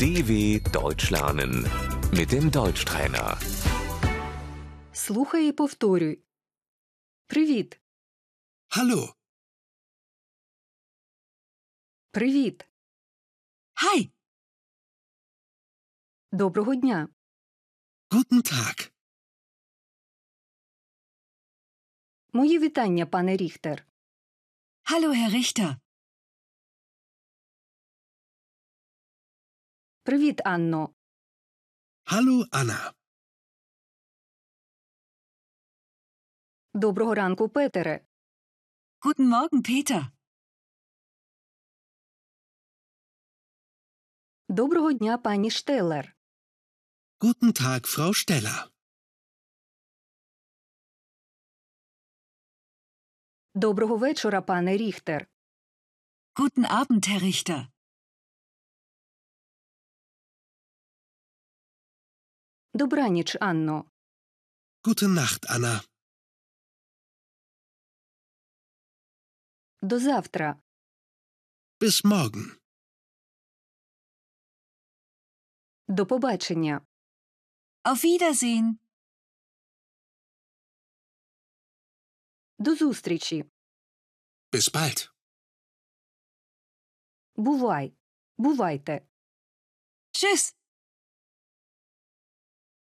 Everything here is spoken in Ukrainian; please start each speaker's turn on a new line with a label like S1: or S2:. S1: DW Deutsch lernen mit dem Deutschtrainer.
S2: Слухай і повторюй. Привіт.
S3: Hallo,
S2: Привіт.
S4: Hi,
S2: Доброго дня.
S3: guten Tag.
S2: Мої вітання, пане Ріхтер.
S4: hallo Herr Richter.
S2: Привіт, Анно.
S3: Hallo, Anna.
S2: Доброго ранку, Петере.
S4: Guten Morgen, Peter.
S2: Доброго дня, пані Штеллер.
S3: Guten Tag, Frau Steller.
S2: Доброго вечора, пане Ріхтер.
S4: Guten Abend, Herr Richter.
S2: Добраніч, Анно.
S3: Gute Nacht, Anna.
S2: До завтра.
S3: Bis morgen.
S2: До побачення.
S4: Auf Wiedersehen.
S2: До зустрічі.
S3: Bis bald.
S2: Бувай. Бувайте.
S4: Tschüss.